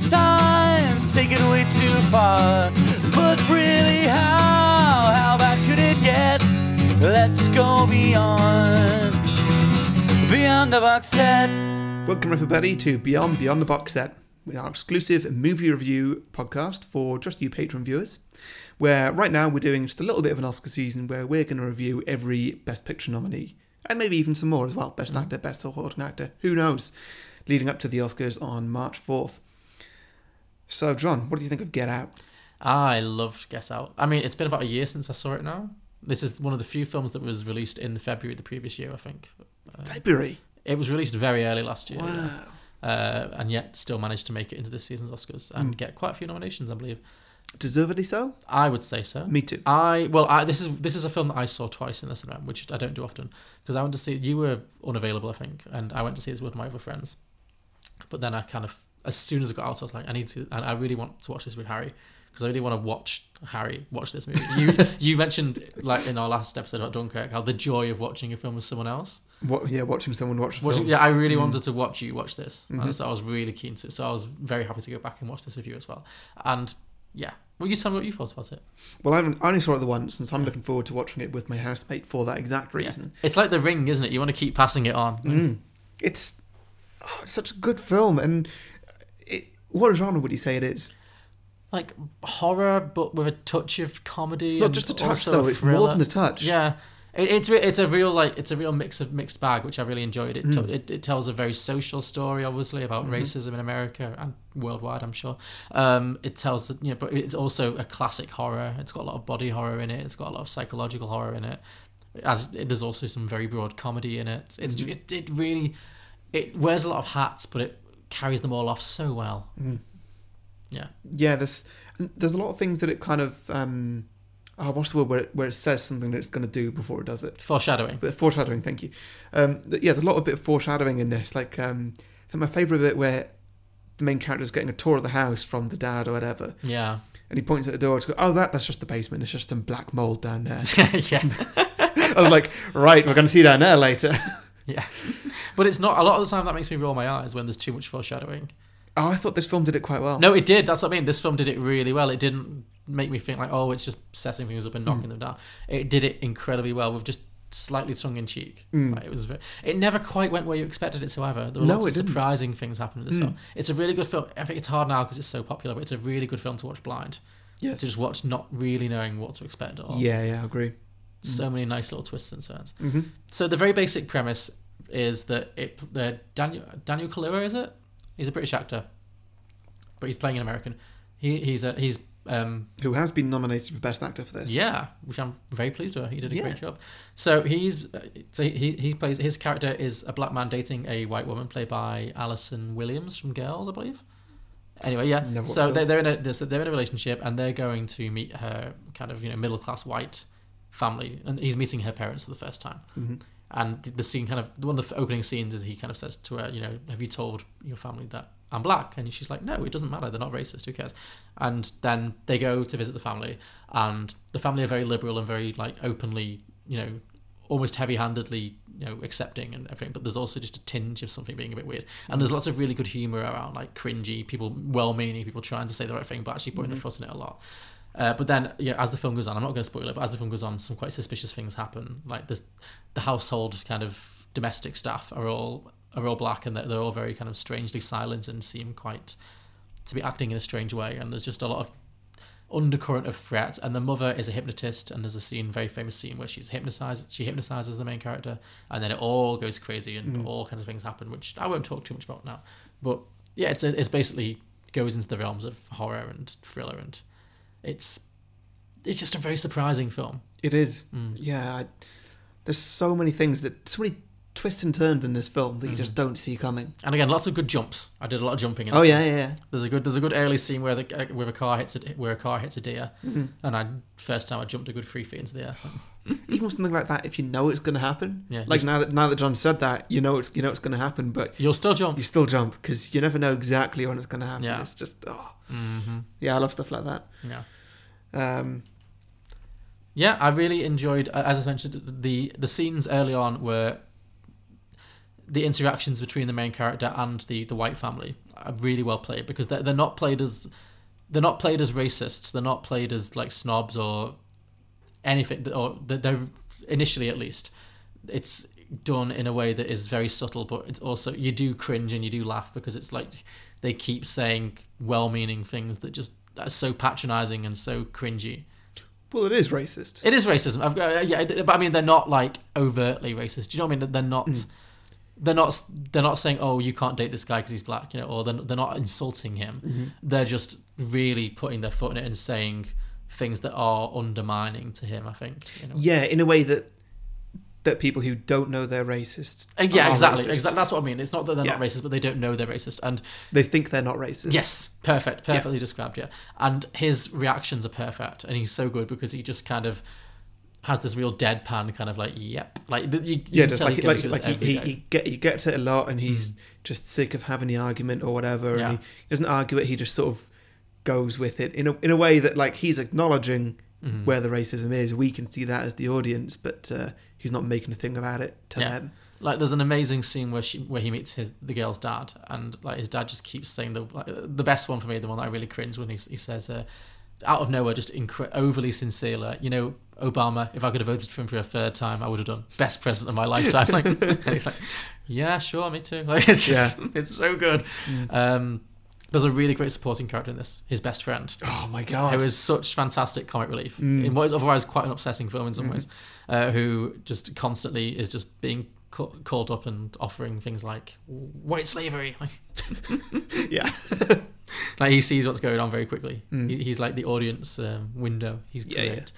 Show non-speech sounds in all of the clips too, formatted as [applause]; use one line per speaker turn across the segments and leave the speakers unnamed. sometimes take it way too far. But really, how? How bad could it get? Let's go beyond, beyond the box set.
Welcome, everybody, to Beyond Beyond the Box Set, our exclusive movie review podcast for just you Patreon viewers. Where right now we're doing just a little bit of an Oscar season where we're going to review every Best Picture nominee and maybe even some more as well Best
Mm-hmm.
Actor, Best Supporting Actor, who knows, leading up to the Oscars on March 4th. So, John, what do you think of Get Out?
I loved Guess Out. I mean, it's been about a year since I saw it now. This is one of the few films that was released in February the previous year, I think.
February.
It was released very early last year, Uh, yeah.
Wow.
uh, and yet still managed to make it into this season's Oscars and get quite a few nominations, I believe.
Deservedly so?
I would say so.
Me too.
I well, I, this is this is a film that I saw twice in the cinema, which I don't do often because I went to see. You were unavailable, I think, and I went to see this with my other friends. But then I kind of, as soon as I got out, I was like, I need to, and I really want to watch this with Harry because I really want to watch Harry watch this movie.
[laughs]
You you mentioned like in our last episode about Dunkirk how the joy of watching a film with someone else.
What, yeah, watching someone watch the film.
Watching,
Mm. Mm-hmm.
yeah, I really wanted to watch you watch this, and so I was really keen to. So I was very happy to go back and watch this with you as well. And yeah, will you tell me what you thought about it?
Well, I haven't- I only saw it the once, and so I'm looking forward to watching it with my housemate for that exact reason. Mm.
It's like the ring, isn't it? You want to keep passing it on.
It's, oh, it's such a good film, and it, what genre would you say it is?
Like horror, but with a touch of comedy.
Not
and
just a touch,
also
though. It's more
thriller.
than a touch.
Yeah, it, it's re- it's a real like it's a real mix of mixed bag, which I really enjoyed. It to- it, it tells a very social story, obviously about racism in America and worldwide. I'm sure. Um, it tells you know, but it's also a classic horror. It's got a lot of body horror in it. It's got a lot of psychological horror in it. As there's also some very broad comedy in it. It's it, it really it wears a lot of hats, but it carries them all off so well. Yeah.
Yeah, there's and there's a lot of things that it kind of um, oh, what's the word where it, where it says something that it's going to do before it does it.
Foreshadowing.
But foreshadowing, thank you. Um, th- yeah, there's a lot of bit of foreshadowing in this. Like, um, I think my favorite bit where the main character's getting a tour of the house from the dad or whatever,
Yeah.
and he points at the door to go, "Oh, that that's just the basement. There's just some black mold down there." [laughs]
yeah.
I was like, "Right, we're going to see down there later."
Yeah. But it's not a lot of the time that makes me roll my eyes when there's too much foreshadowing.
oh, I thought this film did it quite well.
No, it did. That's what I mean. This film did it really well. It didn't make me think like, oh, it's just setting things up and knocking
Mm.
them down. It did it incredibly well with just slightly tongue in cheek. Like, it was. Very, it never quite went where you expected it to either. There were
Mm. No,
lots
it
of
didn't. Mm.
surprising things happening in this film. It's a really good film. I think it's hard now because it's so popular, but it's a really good film to watch blind.
Yes.
To just watch not really knowing what to expect at all.
Yeah, yeah, I agree.
so many nice little twists and turns. So the very basic premise is that it uh, Daniel Daniel Kaluuya is it? He's a British actor, but he's playing an American. He he's a he's um
Who has been nominated for best actor for this?
yeah, which I'm very pleased with. He did a
Yeah.
great job. So he's uh, so he he plays his character is a black man dating a white woman played by Alison Williams from Girls, I believe. Anyway, yeah.
Never
so
watched
they're,
Girls.
they're in a so they're in a relationship and they're going to meet her kind of you know middle class white family and he's meeting her parents for the first time. And the scene kind of one of the opening scenes is he kind of says to her, you know, have you told your family that I'm black? And she's like, no, it doesn't matter. They're not racist. Who cares? And then they go to visit the family, and the family are very liberal and very like openly, you know, almost heavy-handedly, you know, accepting and everything. But there's also just a tinge of something being a bit weird. And there's lots of really good humor around, like cringy people, well-meaning people trying to say the right thing but actually putting their foot in it a lot. Uh, but then, you know, as the film goes on, I'm not going to spoil it, but as the film goes on, some quite suspicious things happen. Like this, the household kind of domestic staff are all are all black, and they're, they're all very kind of strangely silent and seem quite to be acting in a strange way. And there's just a lot of undercurrent of threat. And the mother is a hypnotist, and there's a scene, very famous scene, where she's hypnotized. She hypnotizes the main character, and then it all goes crazy, and
Mm.
all kinds of things happen, which I won't talk too much about now. But yeah, it's it's basically goes into the realms of horror and thriller, and it's it's just a very surprising film.
It is.
Mm.
Yeah. I, there's so many things that so many twists and turns in this film that you just
Mm-hmm.
don't see coming.
And again, lots of good jumps. I did a lot of jumping. In
Oh
this
yeah, yeah, yeah.
There's a good there's a good early scene where the uh, where a car hits a where a car hits a deer,
Mm-hmm.
and I first time I jumped a good three feet into the
[sighs]
air.
Even with something like that, if you know it's going to happen,
Yeah,
like
you-
now that now that John said that, you know it's you know it's going to happen, but
You'll still jump.
you still jump because you never know exactly when it's going to happen.
Yeah.
It's just oh, yeah, I love stuff like that.
Mm-hmm. Yeah.
Um,
Yeah, I really enjoyed. uh, As I mentioned, the the scenes early on were the interactions between the main character and the the white family are really well played because they're, they're not played as they're not played as racists they're not played as like snobs or anything or they're- they're initially at least it's done in a way that is very subtle but it's also you do cringe and you do laugh because it's like they keep saying well-meaning things that just are so patronizing and so cringy
Well, it is racist.
it is racism. I've got, uh, yeah, but I mean they're not like overtly racist. Do you know what I mean? They're not.
Hmm.
They're not. They're not saying, "Oh, you can't date this guy because he's black," you know, or they're, they're not insulting him.
Mm-hmm.
They're just really putting their foot in it and saying things that are undermining to him. I think. You know?
yeah, in a way that that people who don't know they're racist.
Uh, yeah,
are
exactly.
racist.
Exactly. That's what I mean. It's not that they're not
Yeah.
racist, but they don't know they're racist. And
They think they're not racist.
Yes, perfect, perfectly described. Yeah, and his reactions are perfect, and he's so good because he just kind of has this real deadpan kind of like, yep, like th- you, you
Yeah,
can
just
tell
like he,
he goes
like,
through
like
this
he,
every
he,
day. Hmm.
he, get, he gets it a lot and he's just sick of having the argument or whatever
Yeah.
and he, he doesn't argue it, he just sort of goes with it in a, in a way that like he's acknowledging
Hmm.
where the racism is. We can see that as the audience, but uh, he's not making a thing about it to
Yeah.
them.
Like there's an amazing scene where she where he meets his the girl's dad, and like his dad just keeps saying the like, the best one for me, the one that I really cringe when he he says. Uh, out of nowhere, just incre- overly sincere. Like, you know, Obama. If I could have voted for him for a third time, I would have done best president of
[laughs]
my lifetime. Like, and he's like, yeah, sure, me too. [laughs] Like, it's just, it's so good.
Mm.
Um, there's a really great supporting character in this. His best friend.
Oh my god.
It was such fantastic comic relief
Mm.
in what is otherwise quite an obsessing film in some
Mm-hmm.
ways, uh, who just constantly is just being ca- called up and offering things like white slavery. [laughs] Like,
[laughs] yeah.
like he sees what's going on very quickly. He, he's like the audience um, window. He's
Mm. Yeah, yeah.
great.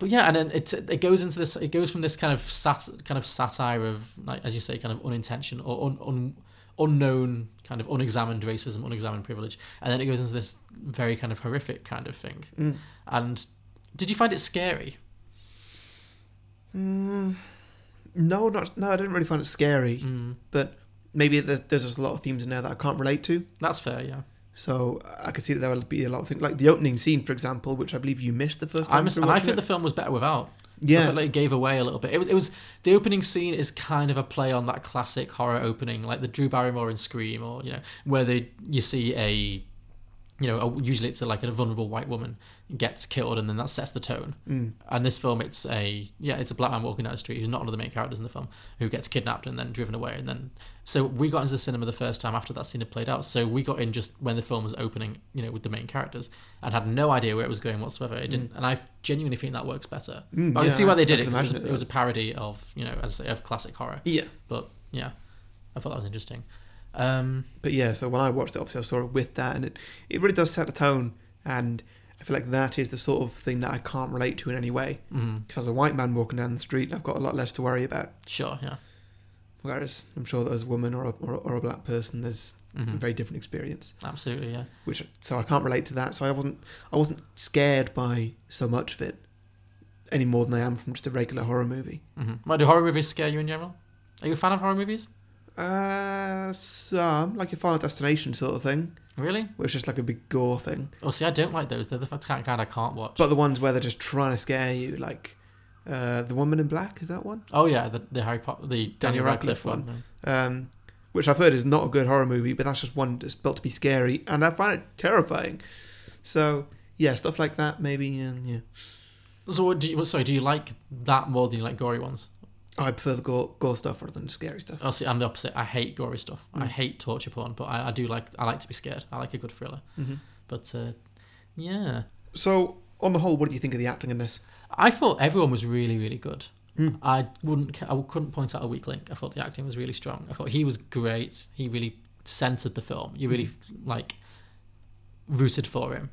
But yeah, and then it it goes into this. It goes from this kind of sat kind of satire of like as you say, kind of unintentional or un, un, unknown kind of unexamined racism, unexamined privilege, and then it goes into this very kind of horrific kind of thing.
Mm.
And did you find it scary?
Mm. No, not no. I didn't really find it scary,
Mm.
but maybe there's, there's just a lot of themes in there that I can't relate to.
That's fair. Yeah,
So I could see that there would be a lot of things, like the opening scene, for example, which I believe you missed the first time.
I missed,
through
and I
watching
think the
it.
film was better without. So I
Yeah.
felt like it gave away a little bit. It was it was the opening scene is kind of a play on that classic horror opening, like the Drew Barrymore in Scream, or you know where they you see a, you know, a, usually it's a, like a vulnerable white woman gets killed, and then that sets the tone. Mm. And this film, it's a yeah, it's a black man walking down the street who's not one of the main characters in the film who gets kidnapped and then driven away, and then so we got into the cinema the first time after that scene had played out. So we got in just when the film was opening, you know, with the main characters, and had no idea where it was going whatsoever. It didn't, and I genuinely think that works better. But I
Mm. yeah,
can see why
I-
they did
I
it.
can
'cause It was,
imagine it E-
it was a
does.
parody of you know, as I say, of classic horror.
yeah.
But yeah, I thought that was interesting. Um,
But yeah, so when I watched it, obviously I saw it with that, and it it really does set the tone. And I feel like that is the sort of thing that I can't relate to in any way.
mm,
Because as a white man walking down the street, I've got a lot less to worry about.
sure, yeah,
Whereas I'm sure that as a woman or a, or, a- or a black person, there's
Mm-hmm.
a very different experience.
absolutely, yeah.
Which so I can't relate to that. So I wasn't I wasn't scared by so much of it any more than I am from just a regular horror movie.
Mhm. Well, do horror movies scare you in general? Are you a fan of horror movies?
Uh, some like a Final Destination sort of thing,
Really?
where it's just like a big gore thing.
Oh, see, I don't like those. They're the f- kind kind I can't watch.
But the ones where they're just trying to scare you, like uh, the Woman in Black, is that one?
oh yeah, the, the Harry Potter, the Daniel Radcliffe,
Radcliffe
one.
Um, which I've heard is not a good horror movie, but that's just one that's built to be scary, and I find it terrifying. So yeah, stuff like that maybe. Um, yeah,
So, what do you, well, sorry, do you like that more than you like gory ones?
I prefer the gore, gore stuff rather than scary stuff.
Oh, see, I'm the opposite. I hate gory stuff. I hate torture porn, but I, I do like. I like to be scared. I like a good thriller.
Mm-hmm.
But uh, yeah,
So on the whole, what do you think of the acting in this?
I thought everyone was really, really good. I wouldn't. I couldn't point out a weak link. I thought the acting was really strong. I thought he was great. He really centered the film. You really like rooted for him.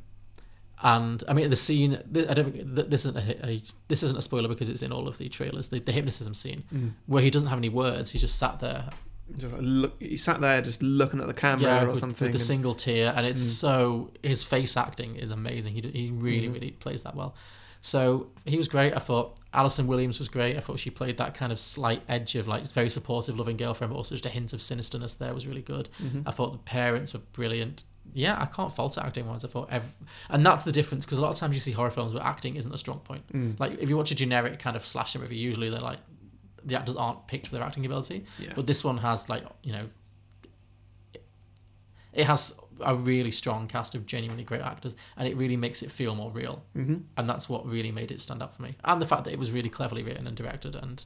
And I mean the scene. th- I don't. think- th- This isn't a, a this isn't a spoiler because it's in all of the trailers. The, the hypnotism scene where he doesn't have any words. He just sat there
Just like look, he sat there just looking at the camera or
with,
something.
With
and-
the
Mm.
single tear, and it's so his face acting is amazing. He d- he
Mm-hmm.
really really plays that well. So he was great. I thought Alison Williams was great. I thought she played that kind of slight edge of like very supportive, loving girlfriend, but also just a hint of sinisterness there was really good.
Mm-hmm.
I thought the parents were brilliant. Yeah, I can't fault it acting wise. I thought, ev- and that's the difference because a lot of
Mm.
times you see horror films where acting isn't a strong point. Like if you watch a generic kind of slasher movie, usually they're like the actors aren't picked for their acting ability.
Yeah.
But this one has like you know, it has a really strong cast of genuinely great actors, and it really makes it feel more real. Mm-hmm. And that's what really made it stand out for me, and the fact that it was really cleverly written and directed. And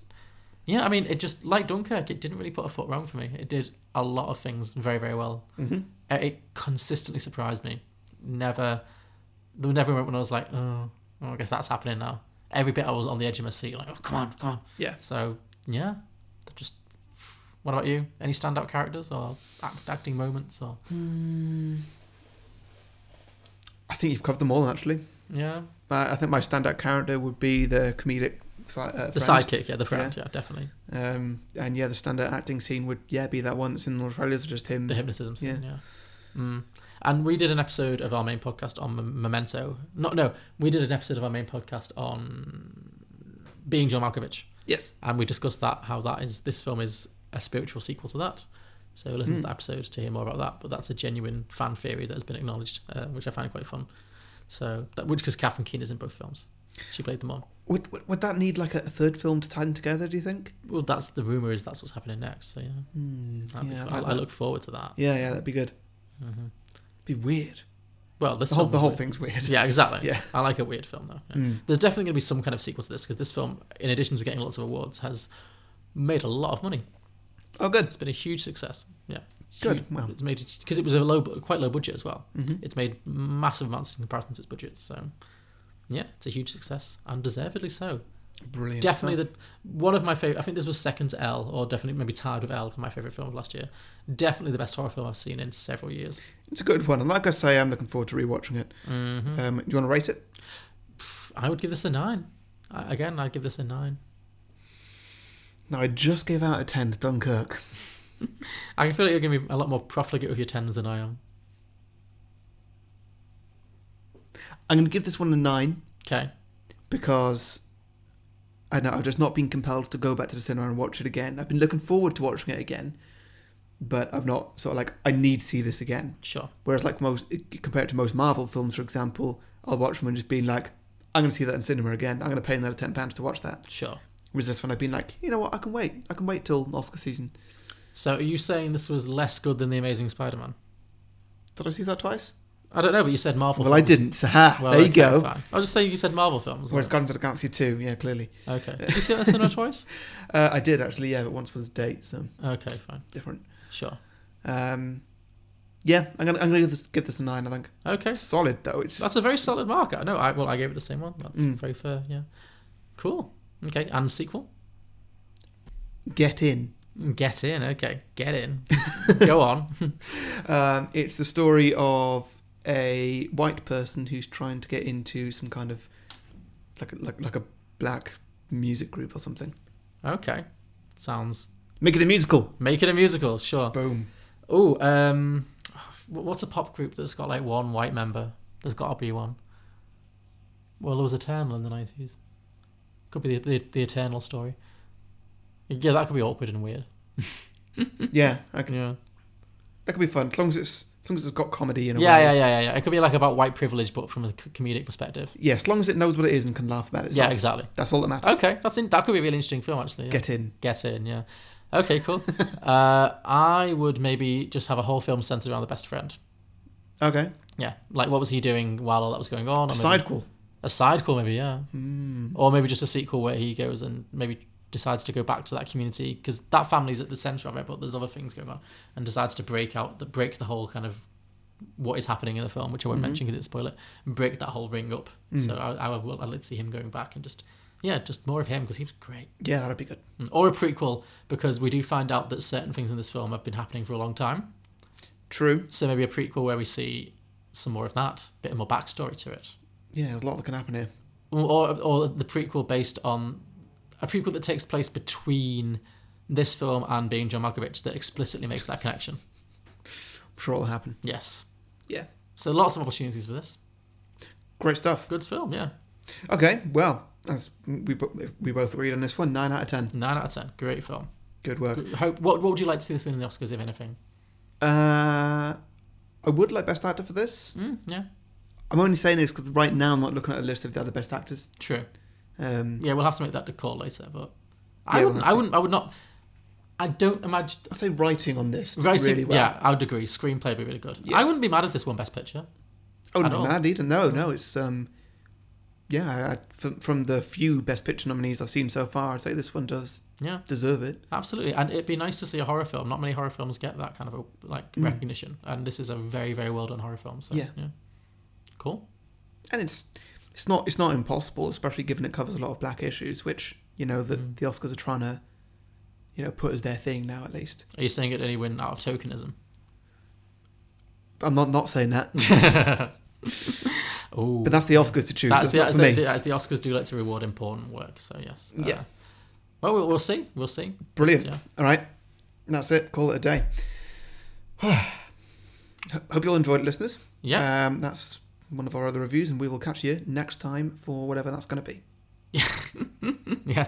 yeah, I mean, it just like Dunkirk, it didn't really put a foot wrong for me. It did a lot of things very very well. Mm-hmm. It consistently surprised me. Never, there was never a moment when I was like, oh, well, I guess that's happening now. Every bit I was on the edge of my seat, like, oh, come on, come on.
Yeah.
So yeah, they're just. What about you? Any standout characters or act- acting moments or
I think you've covered them all actually.
yeah?
I I think my standout character would be the comedic. si- Uh,
The
friend.
sidekick, yeah, the friend, yeah, definitely.
Um, and yeah, the standout acting scene would yeah be that one that's in the trailers, just him.
The hypnotism scene, yeah. Mm. And we did an episode of our main podcast on M- Memento. Not no, we did an episode of our main podcast on being John Malkovich,
Yes.
and we discussed that how that is this film is a spiritual sequel to that. So listen
Hmm.
to that episode to hear more about that. But that's a genuine fan theory that has been acknowledged, uh, which I find quite fun. So that which because Catherine Keen is in both films, she played them all.
Would, would would that need like a third film to tie them together? Do you think?
Well, that's the rumor is that's what's happening next. So yeah, Hmm, That'd be
yeah,
fun.
I
I,
like
I
that.
look Mm-hmm. forward to that.
Yeah, yeah, that'd be good. Be weird.
Well, this
The whole
film
the
was
whole
weird.
thing's weird.
Yeah, exactly.
Yeah. Hmm.
I like a weird film though. Yeah. There's definitely going to be some kind of sequel to this because this film, in addition to getting lots of awards, has made a lot of money.
Oh, good.
It's been a huge success. Yeah.
Good, Mm-hmm.
Huge-
wow.
It's made because it was a low, bu- quite low budget as well. It's made massive amounts in comparison to its budget. So, yeah, it's a huge success and deservedly so.
Brilliant.
definitely
stuff.
the one of my favorite. I think this was second to L, or definitely maybe tied with L for my favorite film of last year. Definitely the best horror film I've seen in several years.
It's a good one, and like I say, I'm looking forward to rewatching it. Um, do you want to rate it?
Mm-hmm. I would give this a nine. I, again, I'd give this a nine.
No, I just gave out a ten to Dunkirk.
I can feel like you're going to be a lot more profligate with your tens than I am.
I'm going to give this one a nine
Okay.
because I know I've just not been compelled to go back to the cinema and watch it again. I've been looking forward to watching it again, but I've not sort of like I need to see this again.
Sure.
Whereas like most eh, compared to most Marvel films, for example, I'll watch them and just being like, I'm going to see that in cinema again. I'm going to pay another ten pounds to watch that.
Sure.
Whereas this one, I've been like, you know what? I can wait. I can wait till Oscar season.
So are you saying this was less good than The Amazing Spider-Man?
Did I see that twice?
I don't know, but you said Marvel
Well, I
films.
didn't. [laughs] So, ha,
Well,
there you
okay,
go.
fine. I was just saying you said Marvel films.
Whereas Guardians of the Galaxy 2, yeah, clearly.
Okay. Did you see that cinema [laughs] twice?
Uh, I did actually, yeah, but once was a date, so
Okay, fine.
different.
Sure.
Um, yeah, I'm gonna I'm gonna give this give this a nine. I think
Okay.
solid though. It's
That's a very solid mark. I know. I, well, I gave it the same one. That's
Mm.
very fair, yeah. Cool. Okay, and sequel?
get in.
Get in, okay.
[laughs]
Get in. Go on. [laughs]
Um, it's the story of a white person who's trying to get into some kind of like a, like like a black music group or something.
Okay. Sounds...
Make it a musical.
Make it a musical, sure.
Boom.
Oh, um, wh- what's a pop group that's got like one white member? There's got to be one. Well, there was Eternal in the nineties. Could be the, the the Eternal story. Yeah, that could be awkward and weird.
yeah, I can,
Yeah.
that could be fun as long as it's as long as it's got comedy in a
Yeah,
way.
yeah, yeah, yeah, yeah. It could be like about white privilege, but from a c- comedic perspective.
Yeah, as long as it knows what it is and can laugh about it.
Yeah, exactly.
That's all that matters.
Okay, that's in, that could be a really interesting film actually. Yeah.
Get in.
Get in, yeah.
[laughs]
Okay, cool. uh, I would maybe just have a whole film centered around the best friend.
Okay.
Yeah, like what was he doing while all that was going on? or
A
maybe-
sidequel.
A sequel, maybe, yeah. Or maybe just a sequel where he goes and maybe decides to go back to that community because that family's at the center of it, but there's other things going on, and decides to break out the break the whole kind of what is happening in the film, which I won't mention because it's spoiler, and break that whole ring up. So I, I will I'd like to see him going back and just yeah, just more of him because he was great,
Yeah, that'd be good.
Mm. or a prequel because we do find out that certain things in this film have been happening for a long time.
True.
So maybe a prequel where we see some more of that, bit more backstory to it.
Yeah, there's a lot that can happen here.
or or the prequel based on a prequel that takes place between this film and being John Malkovich that explicitly makes that connection.
I'm sure it'll happen.
Yes.
Yeah.
So lots of opportunities for this.
Great stuff.
Good film, yeah.
Okay, well, that's we bo- we both agreed on this one. Nine out of ten.
Nine out of ten. Great film.
Good work.
Good- Hope. What What would you like to see this win in the Oscars, if anything?
Uh, I would like best actor for this.
Mm, yeah.
I'm only saying this because right now I'm not looking at a list of the other best actors.
True.
Um,
Yeah, we'll have to make that call later, but I
Yeah, we'll
wouldn't.
have
I wouldn't. I would not. I don't imagine.
I'd say writing on this did
Writing,
really well.
yeah, I would agree. Screenplay would be really good.
Yeah.
I wouldn't be mad if this won Best Picture.
I wouldn't
at
be
all. Hmm.
mad either. No, no, it's um, yeah. I, I, from, from the few Best Picture nominees I've seen so far, I'd say this one does
Yeah,
deserve it.
absolutely. And it'd be nice to see a horror film. Not many horror films get that kind of a, like recognition, and this is a very, very well done horror film. So,
Hmm. Yeah.
cool.
And it's it's not it's not impossible, especially given it covers a lot of black issues, which you know the
Mm.
the Oscars are trying to you know put as their thing now at least.
Are you saying it only win out of tokenism?
I'm not not saying
[laughs]
that,
Oh,
but that's the Oscars to choose. That's,
the,
not for
the,
me.
the- the Oscars do like to reward important work. So yes. Uh,
Yeah.
well, we'll, we'll see. We'll see.
Brilliant.
yeah.
All right, that's it. Call it a day. [sighs] Hope you all enjoyed it, listeners.
Yeah. [laughs]
Um, that's one of our other reviews, and we will catch you next time for whatever that's going to be.
Yes,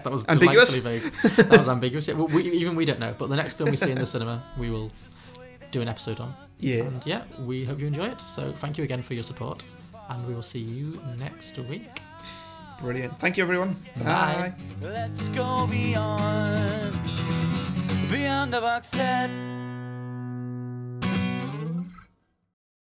that was
Ambiguous?
ambiguous. Vague.
[laughs]
That was ambiguous. Yeah, well, we, even we don't know. But the next film we see in the cinema, we will do an episode on.
Yeah.
And yeah, we hope you enjoy it. So thank you again for your support, and we will see you next week.
Brilliant. Thank you, everyone. Bye.
Bye.
Let's go beyond, beyond the box set.